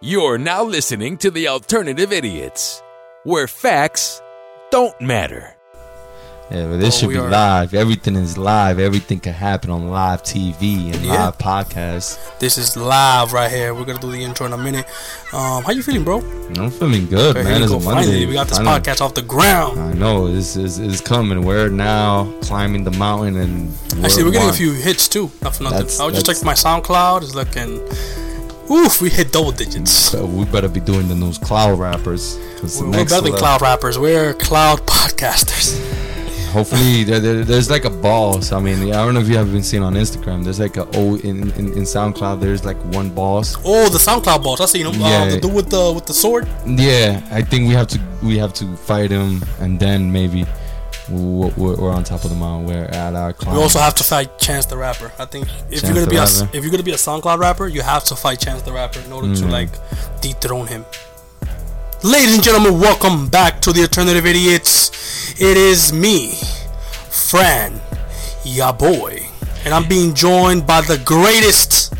You're now listening to The Alternative Idiots, where facts don't matter. Yeah, but this Oh, should we be are- live. Everything is live. Everything can happen on live TV and Yeah. live podcasts. This is live right here. We're gonna do the intro in a minute. Um, how you feeling, bro? I'm feeling good, Here man. you It's go. a Monday. Finally, we got this Finally. podcast off the ground. I know this is is coming. We're now climbing the mountain and Actually, we're getting a one. few hits too. Not for nothing. That's- I was just that's- checking my SoundCloud. It's looking. Oof, we hit double digits. So we better be doing the news cloud rappers. 'cause We're, we're next better than level- cloud rappers. We're cloud podcasters. Hopefully, there, there, there's like a boss. I mean, I don't know if you have been seen on Instagram. There's like a oh in, in in SoundCloud. There's like one boss. Oh, the SoundCloud boss. I seen him. Uh, Yeah. the dude with the with the sword. Yeah, I think we have to we have to fight him, and then maybe we're, we're we're on top of the mountain. We're at our climb. We also have to fight Chance the Rapper. I think Chance if you're gonna the be a, Rapper. if you're gonna be a SoundCloud rapper, you have to fight Chance the Rapper in order Mm. to like dethrone him. Ladies and gentlemen, welcome back to the Alternative Idiots. It is me, Fran, ya boy, and I'm being joined by the greatest.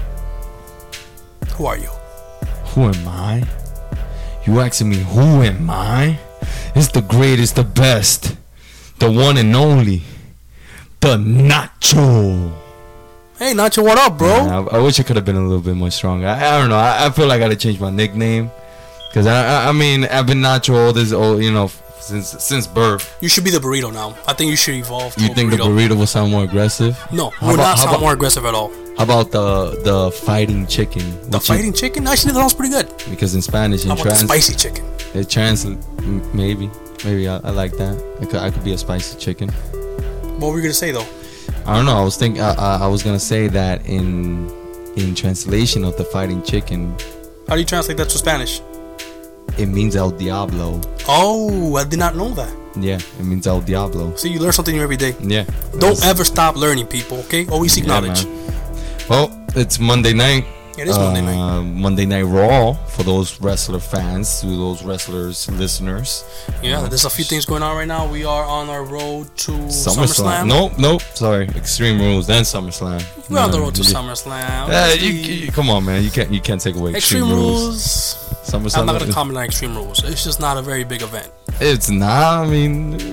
Who are you? who am I? You asking me who am I? It's the greatest, the best, the one and only, the Nacho. Hey, Nacho, what up, bro? Man, I, I wish I could have been a little bit more stronger. I, I don't know. I, I feel like I gotta change my nickname, cause I, I I mean I've been Nacho all this old you know f- since since birth. You should be the burrito now. I think you should evolve. To You a think the burrito will sound more aggressive? No, How we're about- not how sound about- more aggressive at all. How about the the fighting chicken? The Which is- fighting chicken? Actually, that sounds pretty good. because in Spanish I it want the trans spicy chicken. it trans m- maybe maybe I, I like that. I could, I could be a spicy chicken. What were you gonna say though? I don't know. I was think I, I, I was gonna say that in in translation of the fighting chicken, How do you translate that to Spanish? it means El Diablo. Oh, I did not know that. Yeah, it means El Diablo. See, you learn something new every day. Yeah. Don't that's- ever stop learning, people. Okay, always seek yeah, knowledge. man. Well, it's Monday night. It is Monday night. Uh, Monday Night Raw for those wrestler fans, to those wrestlers listeners. Yeah, there's a few things going on right now. We are on our road to SummerSlam. SummerSlam. Nope, nope. Sorry, Extreme Rules then SummerSlam. we're on the road to Yeah. SummerSlam. Yeah, you, you- come on, man. You can't you can't take away Extreme Extreme, Rules. Rules. SummerSlam. I'm not gonna comment on Extreme Rules. It's just not a very big event. It's not. I mean,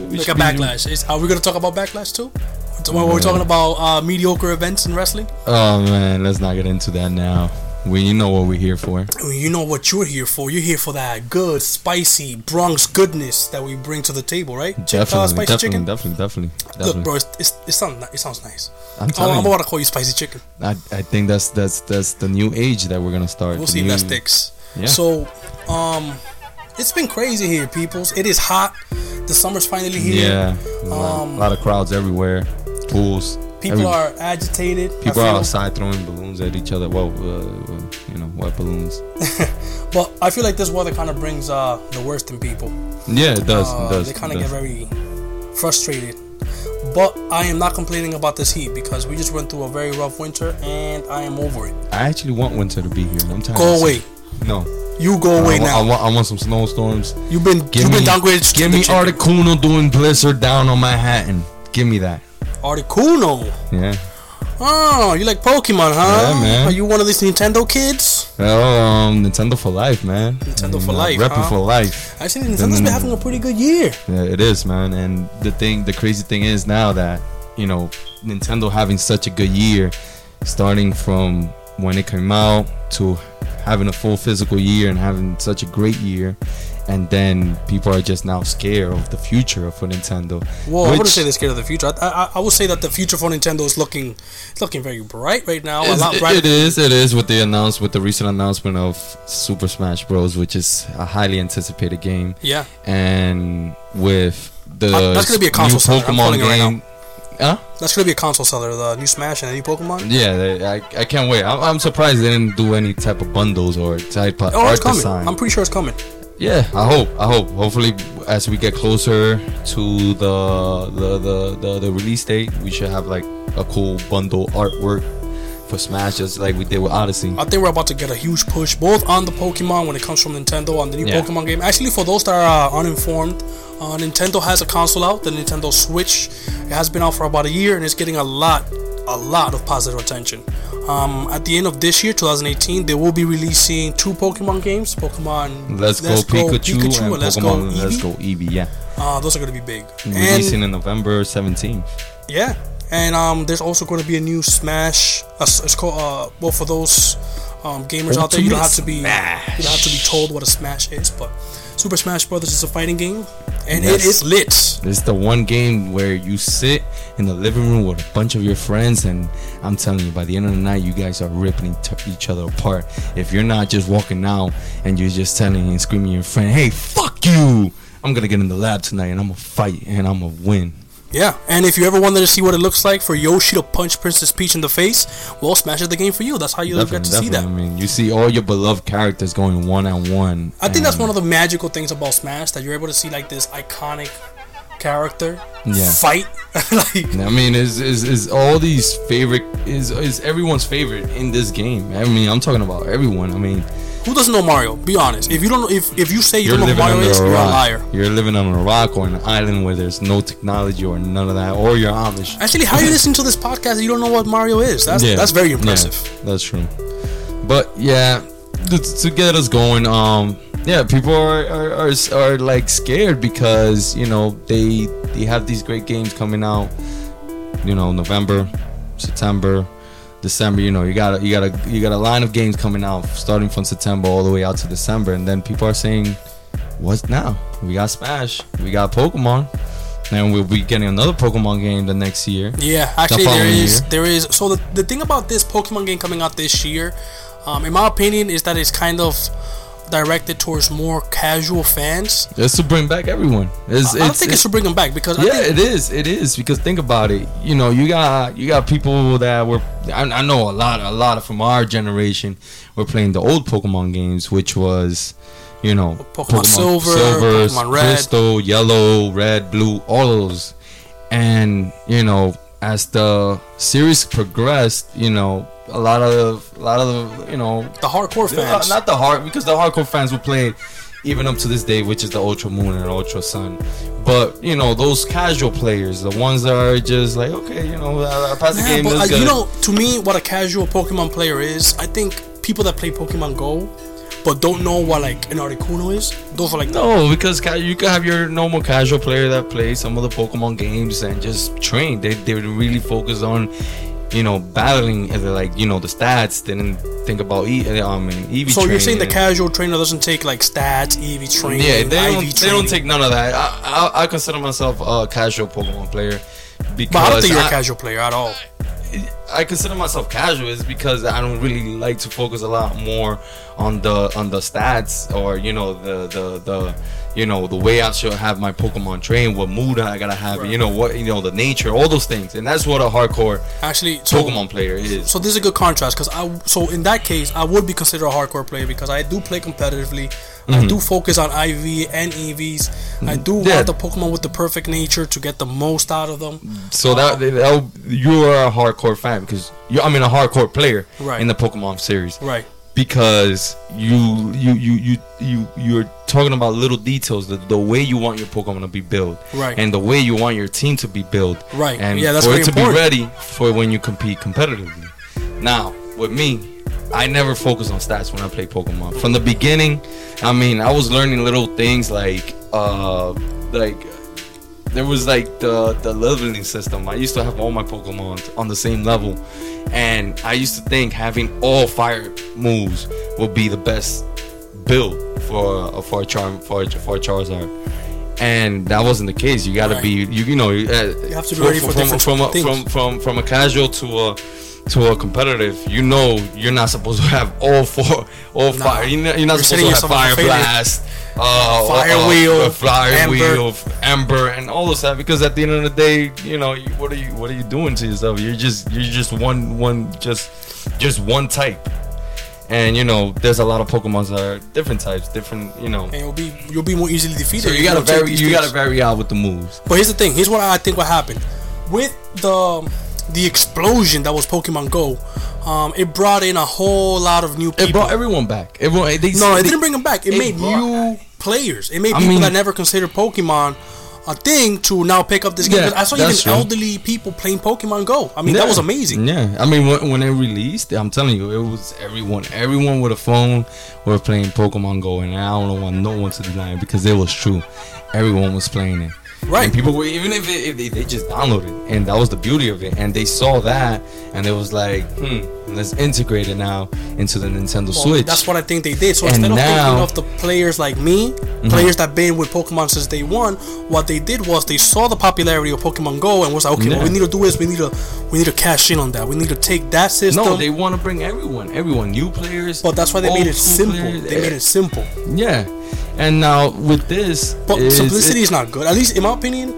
we Look should at be- Backlash. Is, are we gonna talk about Backlash too? When we're Yeah. talking about uh, mediocre events in wrestling, Oh man, let's not get into that now. We you know what we're here for. you know what you're here for. You're here for that good, spicy Bronx goodness that we bring to the table, right? Chick- Definitely, uh, spicy definitely, chicken. definitely, definitely, definitely. Look, bro, it's, it's, it sounds ni- it sounds nice. I'm Oh, telling I'm you, about to call you spicy chicken. I, I think that's that's that's the new age that we're gonna start. We'll the see if that new- sticks. Mm. Yeah. So, um, it's been crazy here, peoples. It is hot. The summer's finally here. Yeah, a lot, Um, lot of crowds everywhere, pools. People every- are agitated. I people feel. are outside throwing balloons at each other. Well, uh, you know, what balloons? But I feel like this weather kind of brings uh the worst in people. Yeah, it does. Uh, it does. they it kind of does. get very frustrated. But I am not complaining about this heat because we just went through a very rough winter and I am over it. I actually want winter to be here. I'm tired. Go of- away. No. You go I, away wa- I, now. want, I want some snowstorms. You've been you've Give been me, downgraded. to give the me chicken. Articuno doing Blizzard down on Manhattan. Give me that. Articuno. Yeah. Oh, you like Pokemon, huh? Yeah, man. Are you one of these Nintendo kids? Well, um, Nintendo for life, man. Nintendo for Uh, life, Repping huh? for life. Actually, Nintendo's Mm. been having a pretty good year. Yeah, it is, man. And the thing, the crazy thing is now that you know Nintendo having such a good year, starting from when it came out to having a full physical year and having such a great year, and then people are just now scared of the future for Nintendo. Well, I wouldn't which say they're scared of the future. I, I, I would say that the future for Nintendo is looking, it's looking very bright right now. a is- lot it- brighter. it is. It is what they announced with the recent announcement of Super Smash Bros, which is a highly anticipated game. Yeah, and with the Uh, that's gonna be a console seller. new I'm Pokemon calling it right game. Huh? that's gonna be a console seller. The new Smash and the new Pokemon. Yeah, they- I, I can't wait. I'm, I'm surprised they didn't do any type of bundles or type of Oh, art it's coming. design. I'm pretty sure it's coming. yeah, I hope. I hope. Hopefully, as we get closer to the the, the, the the release date, we should have like a cool bundle artwork for Smash, just like we did with Odyssey. I think we're about to get a huge push both on the Pokemon when it comes from Nintendo on the new Yeah. Pokemon game. Actually, for those that are uh, uninformed, uh, Nintendo has a console out, the Nintendo Switch. It has been out for about a year and it's getting a lot a lot of positive attention. Um, at the end of this year, 2018, they will be releasing two Pokemon games: Pokemon Let's, go, Pikachu, and or Let's Pokemon Go Let's Eevee. Go Eevee. Yeah, Uh, those are going to be big. releasing And in November 17th. yeah, and um, there's also going to be a new Smash. Uh, s- it's called uh, well for those um, gamers out there, you don't have to be you don't have to be told what a Smash is, but Super Smash Brothers is a fighting game, and it Yes. is lit. It's the one game where you sit in the living room with a bunch of your friends, and I'm telling you, by the end of the night, you guys are ripping each- each other apart. If you're not just walking out and you're just telling and screaming at your friend, "Hey, fuck you!" I'm gonna get in the lab tonight and I'm gonna fight and I'm gonna win. Yeah, and if you ever wanted to see what it looks like for Yoshi to punch Princess Peach in the face, well, Smash is the game for you. That's how you get to see that. I mean, you see all your beloved characters going one on one. I think that's one of the magical things about Smash that you're able to see like this iconic character Yeah. fight. like, I mean, is is is all these favorite is is everyone's favorite in this game? I mean, I'm talking about everyone. I mean, who doesn't know Mario? Be honest. If you don't, know, if if you say you you're don't know who living Mario under is, a you're a rock. liar. You're living on a rock or an island where there's no technology or none of that, or you're Amish. Actually, how you listen to this podcast? and You don't know what Mario is. That's that's very yeah, impressive. that's true. But yeah, to, to get us going, um, yeah, people are, are, are are like scared because you know they they have these great games coming out. You know, November, September, December. You know, you got a, you got a you got a line of games coming out starting from September all the way out to December, and then people are saying, "What's now? We got Smash, we got Pokemon." And we'll be getting another Pokemon game the next year. Yeah, actually, there following is year. there is. So the, the thing about this Pokemon game coming out this year, um, in my opinion, is that it's kind of directed towards more casual fans. Just to bring back everyone. It's, I don't think it should bring them back because I yeah, think it is. It is because think about it. You know, you got you got people that were. I, I know a lot, a lot of from our generation were playing the old Pokemon games, which was, you know, Pokemon Silver, Pokemon Red. Crystal, Yellow, Red, Blue, all of those. And you know, as the series progressed, you know, a lot of a lot of you know the hardcore fans. not the hard because the hardcore fans will play it even up to this day, which is the Ultra Moon and Ultra Sun. But you know those casual players, the ones that are just like, okay, you know, I, I passed the Yeah, game. but that's uh, good. you know, to me, what a casual Pokemon player is, I think people that play Pokemon Go, but don't know what like an Articuno is, those are like the no, because ca- you can have your normal casual player that plays some of the Pokemon games and just train. They they really focus on. You know, battling and they're like you know the stats. They didn't think about e. I mean, EV So you're saying the training. casual trainer doesn't take like stats, EV training, Yeah, they IV don't, they training. don't take none of that. I, I, I consider myself a casual Pokemon player because But I don't think you're a I- casual player at all. I consider myself casual is because I don't really like to focus a lot more on the on the stats or you know the the the you know the way I should have my Pokemon trained, what mood I gotta have, you know what you know the nature, all those things, and that's what a hardcore Actually, so, Pokemon player is. So this is a good contrast because I so in that case I would be considered a hardcore player because I do play competitively. I do focus on IV and EVs. I do Mm-hmm. Yeah. want the Pokemon with the perfect nature to get the most out of them. So that, that you are a hardcore fan because you I mean a hardcore player Right. in the Pokemon series, Right. because you you you you you you're talking about little details the, the way you want your pokemon to be built Right. and the way you want your team to be built Right. and Yeah, that's for very it to important. be ready for when you compete competitively now with me i never focus on stats when i play pokemon from the beginning i mean i was learning little things like uh like there was like the the leveling system. I used to have all my Pokemon on the same level, and I used to think having all fire moves would be the best build for a, for a charm for a, for a Charizard. And that wasn't the case. You gotta Right. be you you know you, uh, You have to be from- ready for from, different from, a- things. from from from a casual to a to a competitive. You know you're not supposed to have all four all Nah. fire. You're not, you're You're not supposed setting to have yourself up for fire failure. blast, uh, Fire uh, wheel, uh, fire ember. wheel, of Amber and all of that because at the end of the day, you know, you- what are you what are you doing to yourself? You're just you're just one one just just one type. And you know, there's a lot of Pokemons that are different types, different, you know. And you'll be you'll be more easily defeated. So you if gotta don't take vary these you things. gotta vary out with the moves. But here's the thing. Here's what I think what happened with the the explosion that was Pokemon Go. Um, it brought in a whole lot of new people. It brought everyone back. Everyone they No, it they- didn't bring them back. It, it made brought- new players. It made I people mean- that never considered Pokemon a thing to now pick up this game. Yeah, 'Cause I saw even that's true. elderly people playing Pokemon Go. I mean, that was amazing. Yeah, I mean, when, when it released, I'm telling you, it was everyone. Everyone with a phone were playing Pokemon Go, and I don't want no one to deny it because it was true. Everyone was playing it. Right. Mm, And people were even if, it, if they, they just downloaded, it, and that was the beauty of it. And they saw that, and it was like, hmm, let's integrate it now into the Nintendo Well, Switch. That's what I think they did. So And instead now- Mm-hmm. of thinking of the players like me, players that been with Pokemon since day one, what they did was they saw the popularity of Pokemon Go and was like, okay, Yeah. what we need to do is we need to we need to cash in on that. We need to take that system. no, they want to bring everyone, everyone, new players. but that's why they old made it school simple. players, eh, They made it simple. Yeah, and now with this, But is- simplicity is not good. At least in my opinion.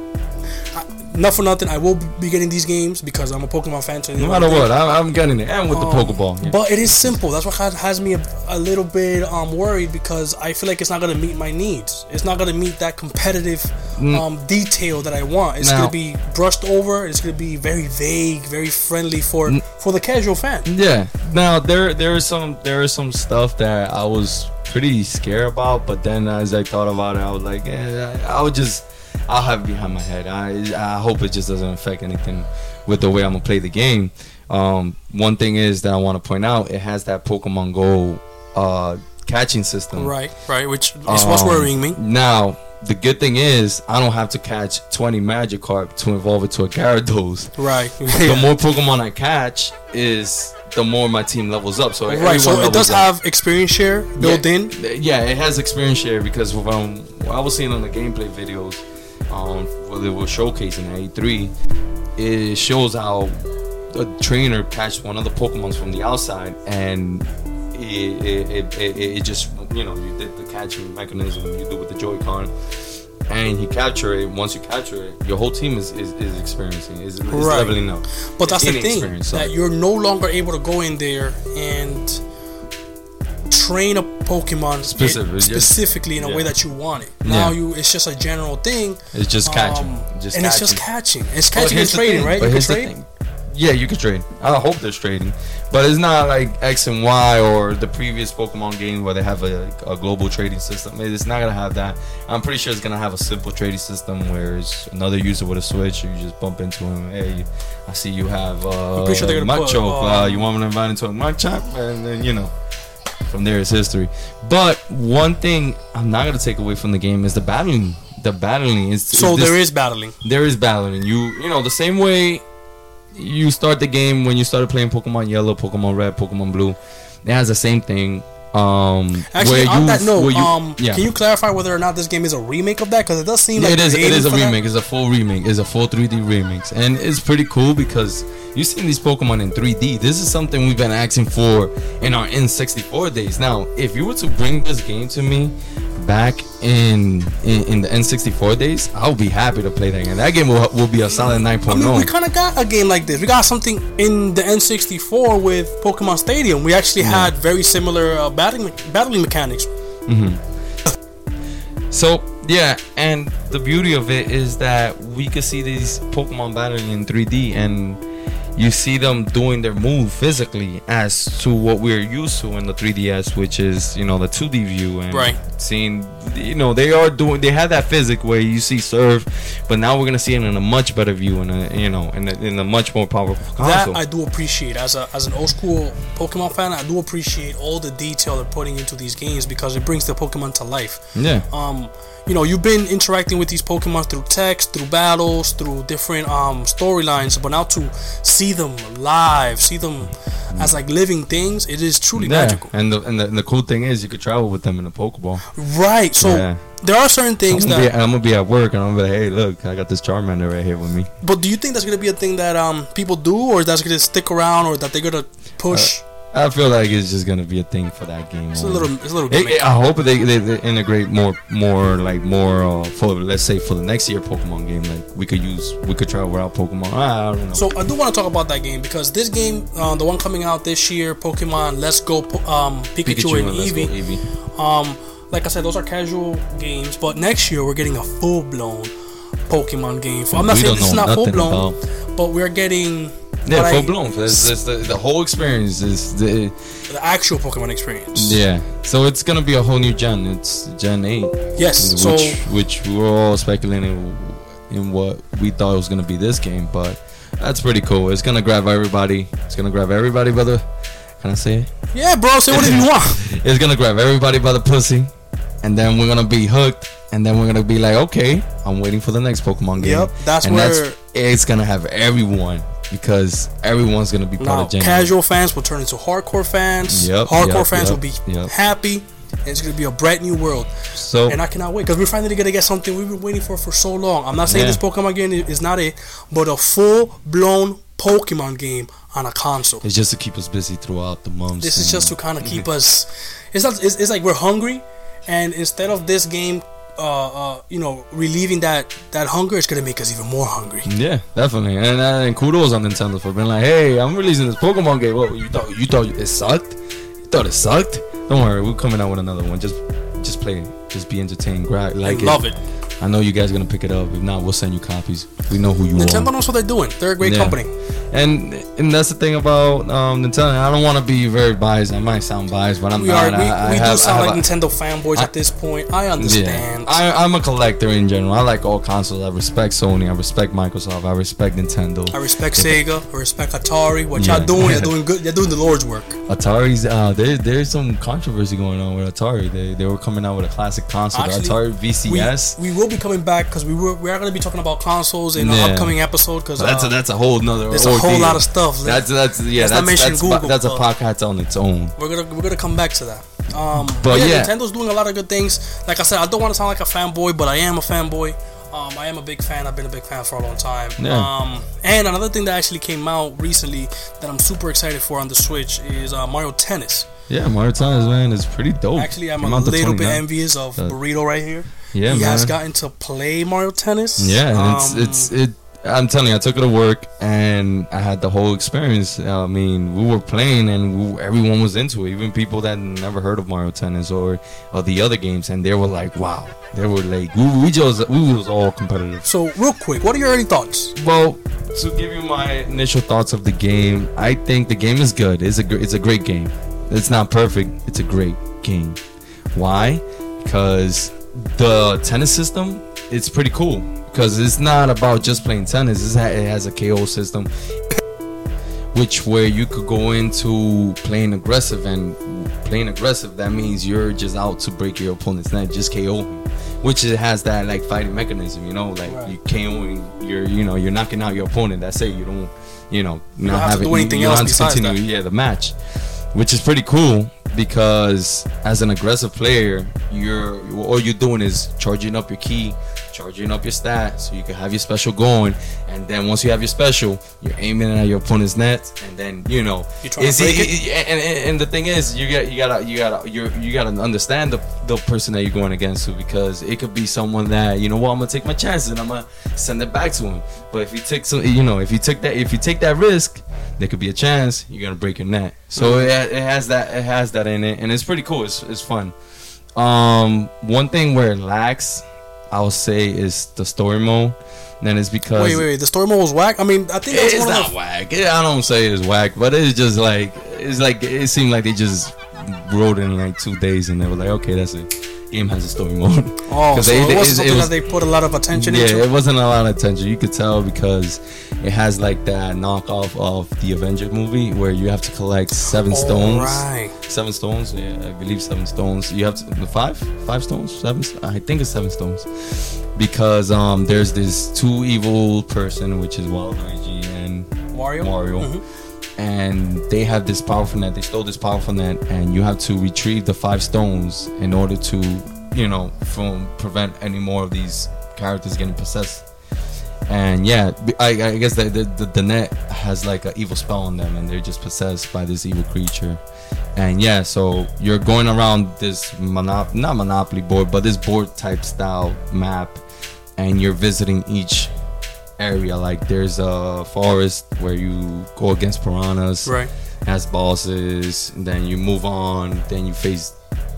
I- Not for nothing, I will be getting these games because I'm a Pokemon fan. So No matter what, I, I'm getting it. And with the Pokeball. Yeah. Oh. But it is simple. That's what has, has me a, a little bit um, worried because I feel like it's not gonna meet my needs. It's not gonna meet that competitive um, detail that I want. It's Mm. Now- gonna be brushed over. It's gonna be very vague, very friendly for Mm. for the casual fan. yeah. Now there there is some there is some stuff that I was pretty scared about, but then as I thought about it, I was like, eh, I, I would just I'll have it behind my head. I I hope it just doesn't affect anything with the way I'm gonna play the game. Um, one thing is that I want to point out, it has that Pokemon Go uh, catching system. Right, right. Which is what's Um, worrying me. Now, the good thing is I don't have to catch 20 Magikarp to evolve it to a Gyarados. Right. the more Pokemon I catch is the more my team levels up. So Right, so it does have have experience share built in. yeah, it has experience share because um, what I was seeing on the gameplay videos, um, what they were showcasing at E3, it shows how a trainer catched one of the Pokemons from the outside and it, it, it, it, it just, you know, you did the catching mechanism you do with the Joy-Con. And you capture it. Once you capture it, your whole team is, is, is experiencing, is, is Right. leveling up. But that's the In thing experience, sorry. that you're no longer able to go in there and train a Pokemon Specific- it- yes. specifically in a way Yeah. that you want it. Now Yeah. you it's just a general thing. It's just catching. um, Just and it's just catching. catching. It's But catching and here's the trading, thing. right? But You can here's the trade. thing. Yeah, you could trade. I hope there's trading, but it's not like X and Y or the previous Pokemon game where they have a, a global trading system. It- It's not gonna have that. I'm pretty sure it's gonna have a simple trading system where it's another user with a Switch. You just bump into him. Hey, I see you have uh, pretty sure they're gonna put, Machoke. uh, uh, you want me to invite into a Machop? And then you know, from there is history. But one thing I'm not gonna take away from the game is the battling. The battling is there So is there is battling. there is battling. You you know the same way you start the game when you started playing Pokemon Yellow, Pokemon Red, Pokemon Blue. It has the same thing. Um, Actually, where on you- that note, where you- um, yeah. can you clarify whether or not this game is a remake of that? Because it does seem like it is. they're It is a aiming for that. remake. It's a full remake. It's a full 3D remix, and it's pretty cool because you've seen these Pokemon in 3D. This is something we've been asking for in our N64 days. Now, if you were to bring this game to me back in in, in the N64 days, I'll be happy to play that game. That game will, will be a solid 9.0. I mean, we kind of got a game like this. We got something in the N64 with Pokemon Stadium. We actually had very similar uh, battling battling mechanics. So yeah, and the beauty of it is that we could see these Pokemon battling in 3D, and you see them doing their move physically, as to what we're used to in the 3DS, which is you know the 2D view and Right. seeing you know they are doing they have that physic where you see serve, but now we're gonna see it in a much better view and a you know in a, in a much more powerful That console. I do appreciate as a as an old school Pokemon fan. I do appreciate all the detail they're putting into these games because it brings the Pokemon to life. yeah. Um, you know, you've been interacting with these Pokemon through text, through battles, through different um storylines, but now to see them live, see them as like living things, it is truly Yeah, magical. and the, and the and the cool thing is you could travel with them in a Pokeball. Right. So Yeah. there are certain things I'm that gonna, be, I'm gonna be at work and I'm gonna be like, hey, look, I got this Charmander right here with me. But do you think that's gonna be a thing that um people do, or that's gonna stick around, or that they're gonna Uh, push? I feel like it's just gonna be a thing for that game. it's a little, it's a little. It- gimmick. it- I hope they, they, they integrate more, more like more uh, for let's say for the next year Pokemon game. Like we could use, we could try without Pokemon. I don't know. So I do want to talk about that game because this game, uh, the one coming out this year, Pokemon Let's Go, Po- um, Pikachu, and Let's Go Eevee. Um, like I said, those are casual games, but next year we're getting a full blown Pokemon game. I'm not We don't saying this is know not full nothing blown, but we're getting what Yeah, I- full blown. This, this, the, the whole experience is the, the actual Pokemon experience. yeah. So it's gonna be a whole new gen. It's Gen Eight, Yes. which So which we're all speculating in what we thought was gonna be this game, but that's pretty cool. It's gonna grab everybody. It's gonna grab everybody by the. Can I say it? Yeah, bro. Say whatever you want. It's gonna grab everybody by the pussy, and then we're gonna be hooked, and then we're gonna be like, okay, I'm waiting for the next Pokemon game. Yep, that's and where- it's gonna have everyone because everyone's gonna be part Now, of Gen. casual fans will turn into hardcore fans. Yep, hardcore yep, yep, fans will be yep. happy. And it's gonna be a bright new world. So And I cannot wait because we're finally gonna get something we've been waiting for for so long. I'm not saying Yeah. this Pokemon game i- is not it, but a full blown Pokemon game on a console. it's Mm-hmm. just to keep us busy throughout the months. This is and- just to kind of keep us. It's not. It's, it's like we're hungry, and instead of this game, uh, uh, you know, relieving that that hunger, it's gonna make us even more hungry. Yeah, definitely, and, uh, and kudos on Nintendo for being like, "Hey, I'm releasing this Pokemon game. What you thought? You thought it sucked? You thought it sucked? Don't worry, we're coming out with another one. Just, just play it. Just be entertained. Gra- like love it. I know you guys are gonna pick it up. If not, we'll send you copies. We know who you Nintendo are. knows what they're doing. They're a great Yeah. company. And and that's the thing about um, Nintendo. I don't want to be very biased. I might sound biased, but I'm We are. not. We, I, I we have, do sound I have like a- Nintendo fanboys I- at this point. I understand. I, I'm a collector in general. I like all consoles. I respect Sony. I respect Microsoft. I respect Nintendo. I respect Sega. I respect Atari. What Yeah. y'all doing? They're doing good. They're doing the Lord's work. Atari's uh, there, there's some controversy going on with Atari. They they were coming out with a classic console, the Actually, Atari VCS. We, we will be coming back because we were, we are going to be talking about consoles in Yeah. an upcoming episode. uh, Because that's a, that's a whole nother. there's a whole ordeal. lot of stuff. That's that's yeah. Let's That's not mention that's, Google, that's a but- podcast on its own. We're gonna we're gonna come back to that. Um, But yeah. Nintendo's doing a lot of good things. Like I said, I don't want to sound like a fanboy, but I am a fanboy. Um, I am a big fan. I've been a big fan for a long time. Yeah. Um, and another thing that actually came out recently that I'm super excited for on the Switch is uh, Mario Tennis. Yeah, Mario Tennis man is pretty dope. Actually, I'm Came a out the little bit 29th. envious of Uh, Burrito right here. Yeah, he has man. gotten to play Mario Tennis. Yeah, and Um, it's it's it. I'm telling you, I took it to work and I had the whole experience. I mean, we were playing and we, everyone was into it, even people that never heard of Mario Tennis or, or the other games, and they were like, "Wow!" They were like, "We, we just we was all competitive." So real quick, what are your early thoughts? Well, to give you my initial thoughts of the game, I think the game is good. It's a gr- it's a great game. It's not perfect. It's a great game. Why? Because the tennis system, it's pretty cool. Because it's not about just playing tennis. It's, ha- it has a KO system, which where you could go into playing aggressive and playing aggressive. That means you're just out to break your opponent's net, just KO him. Which it has that like fighting mechanism, you know, like Right. you KOing, you're you know you're knocking out your opponent. That's it. You don't, you know, not don't have to having- do anything you don't else have to besides continue, Yeah, the match which is pretty cool because as an aggressive player, you're all you're doing is charging up your key, charging up your stat, so you can have your special going. And then once you have your special, you're aiming at your opponent's net, and then you know You're trying to it's- break it? and, and, and the thing is, you got you gotta you gotta you you gotta understand the, the person that you're going against to because it could be someone that you know what I'm gonna take my chances and I'm gonna send it back to him. But if you take some, you know, if you take that if you take that risk, there could be a chance you're gonna break your net. So it, Mm-hmm. ha- it has that it has that in it, and it's pretty cool. It's it's fun. Um, one thing where it lacks, I'll say, is the story mode. And then it's because Wait, wait, wait. The story mode was whack. I mean, I think that's it's one of not the whack. It- I don't say it's whack, but it's just like it's like it seemed like they just wrote in like two days, and they were like, okay, that's it. Game has a story mode. Oh, 'Cause so they- it, they- wasn't it something was- that they put a lot of attention yeah, into. it wasn't a lot of attention. You could tell because it has like that knockoff of the Avenger movie where you have to collect seven stones. Right. Seven stones, yeah, I believe seven stones. You have to, five, five stones, seven. I think it's seven stones, because um, there's this two evil person, which is Wild Luigi and Wario? Mario, and they have this powerful net. They stole this powerful net, and you have to retrieve the five stones in order to, you know, from prevent any more of these characters getting possessed. And yeah, b- I, I guess the, the, the, the net has like an evil spell on them, and they're just possessed by this evil creature. And yeah, so you're going around this monop- not monopoly board, but this board type style map, and you're visiting each area. Like there's a forest where you go against piranhas, Right. As bosses, and then you move on, then you face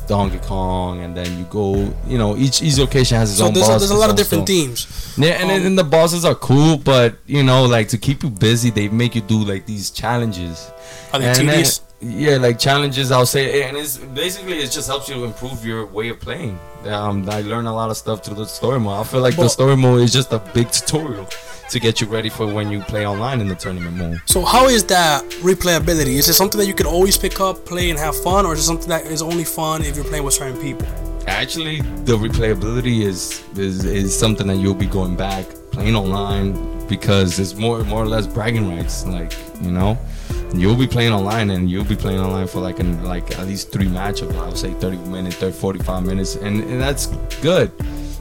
Donkey Kong, and then you go. You know, each each location has its So own. there's a, boss, there's a its lot of own different stone. themes. Yeah, and, Um, and the bosses are cool, but you know, like to keep you busy, they make you do like these challenges. Are they And then- tedious? yeah, like challenges. I'll say, and it's basically it just helps you to improve your way of playing. Um, I learn a lot of stuff through the story mode. I feel like the But- story mode is just a big tutorial to get you ready for when you play online in the tournament mode. So how is that replayability? Is it something that you could always pick up, play, and have fun, or is it something that is only fun if you're playing with certain people? Actually, the replayability is is, is something that you'll be going back playing online because it's more more or less bragging rights. Like you know, you'll be playing online and you'll be playing online for like an like at least three matches. I would say thirty minutes, 30, 45 minutes, and, and that's good.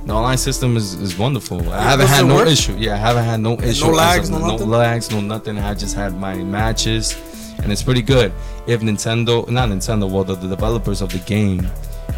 The online system is, is wonderful. I haven't does had it no work? issue. Yeah, I haven't had no issue. as of lags, no now. nothing? lags, no nothing. I just had my matches, and it's pretty good. If Nintendo, not Nintendo, well, the, the developers of the game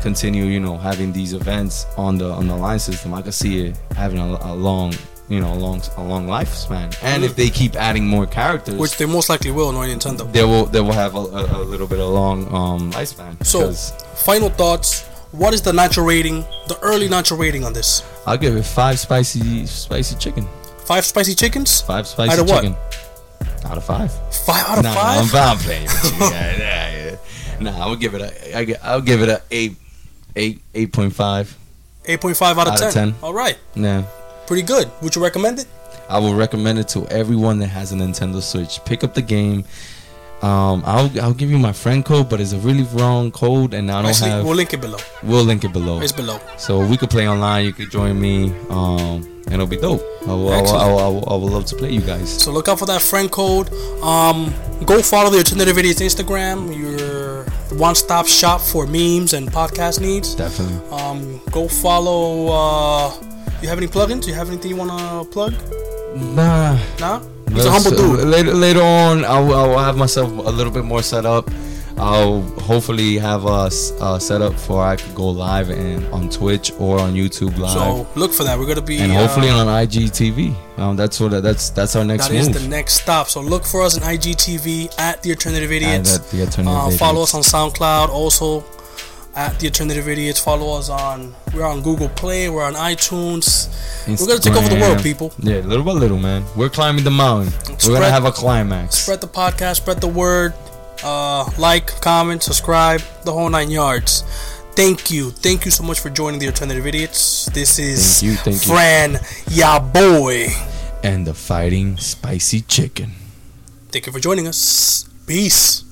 continue, you know, having these events on the on the line system, I could see it having a, a long, you know, a long a long lifespan. And if they keep adding more characters, Which they most likely will, knowing Nintendo. they will they will have a, a, a little bit of long um, lifespan. So, 'Cause final thoughts. What is the nacho rating? The early nacho rating on this? I'll give it five spicy spicy chicken, Five spicy chickens? five spicy Out of what? chicken out of five. Five out of Nah, five? I'm, I'm playing. With you. yeah, yeah, yeah. Nah, I would give it a. I, gi- I'll give it a eight, eight, eight point five. 8.5 out of, Out 10. of 10. All right. Nah, Pretty good. Would you recommend it? I will recommend it to everyone that has a Nintendo Switch. Pick up the game. Um, I'll I'll give you my friend code, but it's a really wrong code, and I don't Actually, have. we'll We'll, link it below. link it below, It's below. so we could play online. You could join me, um, and it'll be dope. I will, I will, I will, I will, I will love to play you guys. So look out for that friend code. Um, go follow the Alternative Idiots Instagram. Your one-stop shop for memes and podcast needs. Definitely. Um, go follow. Uh, you have any plugins? You have anything you wanna plug? Nah. Nah. He's a Let's- uh, humble dude. Later, later on, I will, I will have myself a little bit more set up. I'll hopefully have us uh, set up for I could go live and on Twitch or on YouTube live, So look for that. We're gonna be. uh, and uh, hopefully on IGTV. Um, that's what that's that's our next that is move. the next stop. So look for us on IGTV at the Alternative Idiots. at The Alternative uh, Follow Idiots. us on SoundCloud also at the Alternative Idiots. Follow us on. We're on Google Play. We're on iTunes. We're gonna take over the world, Instagram. people. Yeah, little by little, man. We're climbing the mountain. We're Spread- gonna have a climax. spread the podcast, spread the word, uh, like, comment, subscribe, the whole nine yards. Thank you. Thank you so much for joining the Alternative Idiots. This is Thank you, thank you. Fran, ya boy. and the fighting spicy chicken. Thank you for joining us. Peace.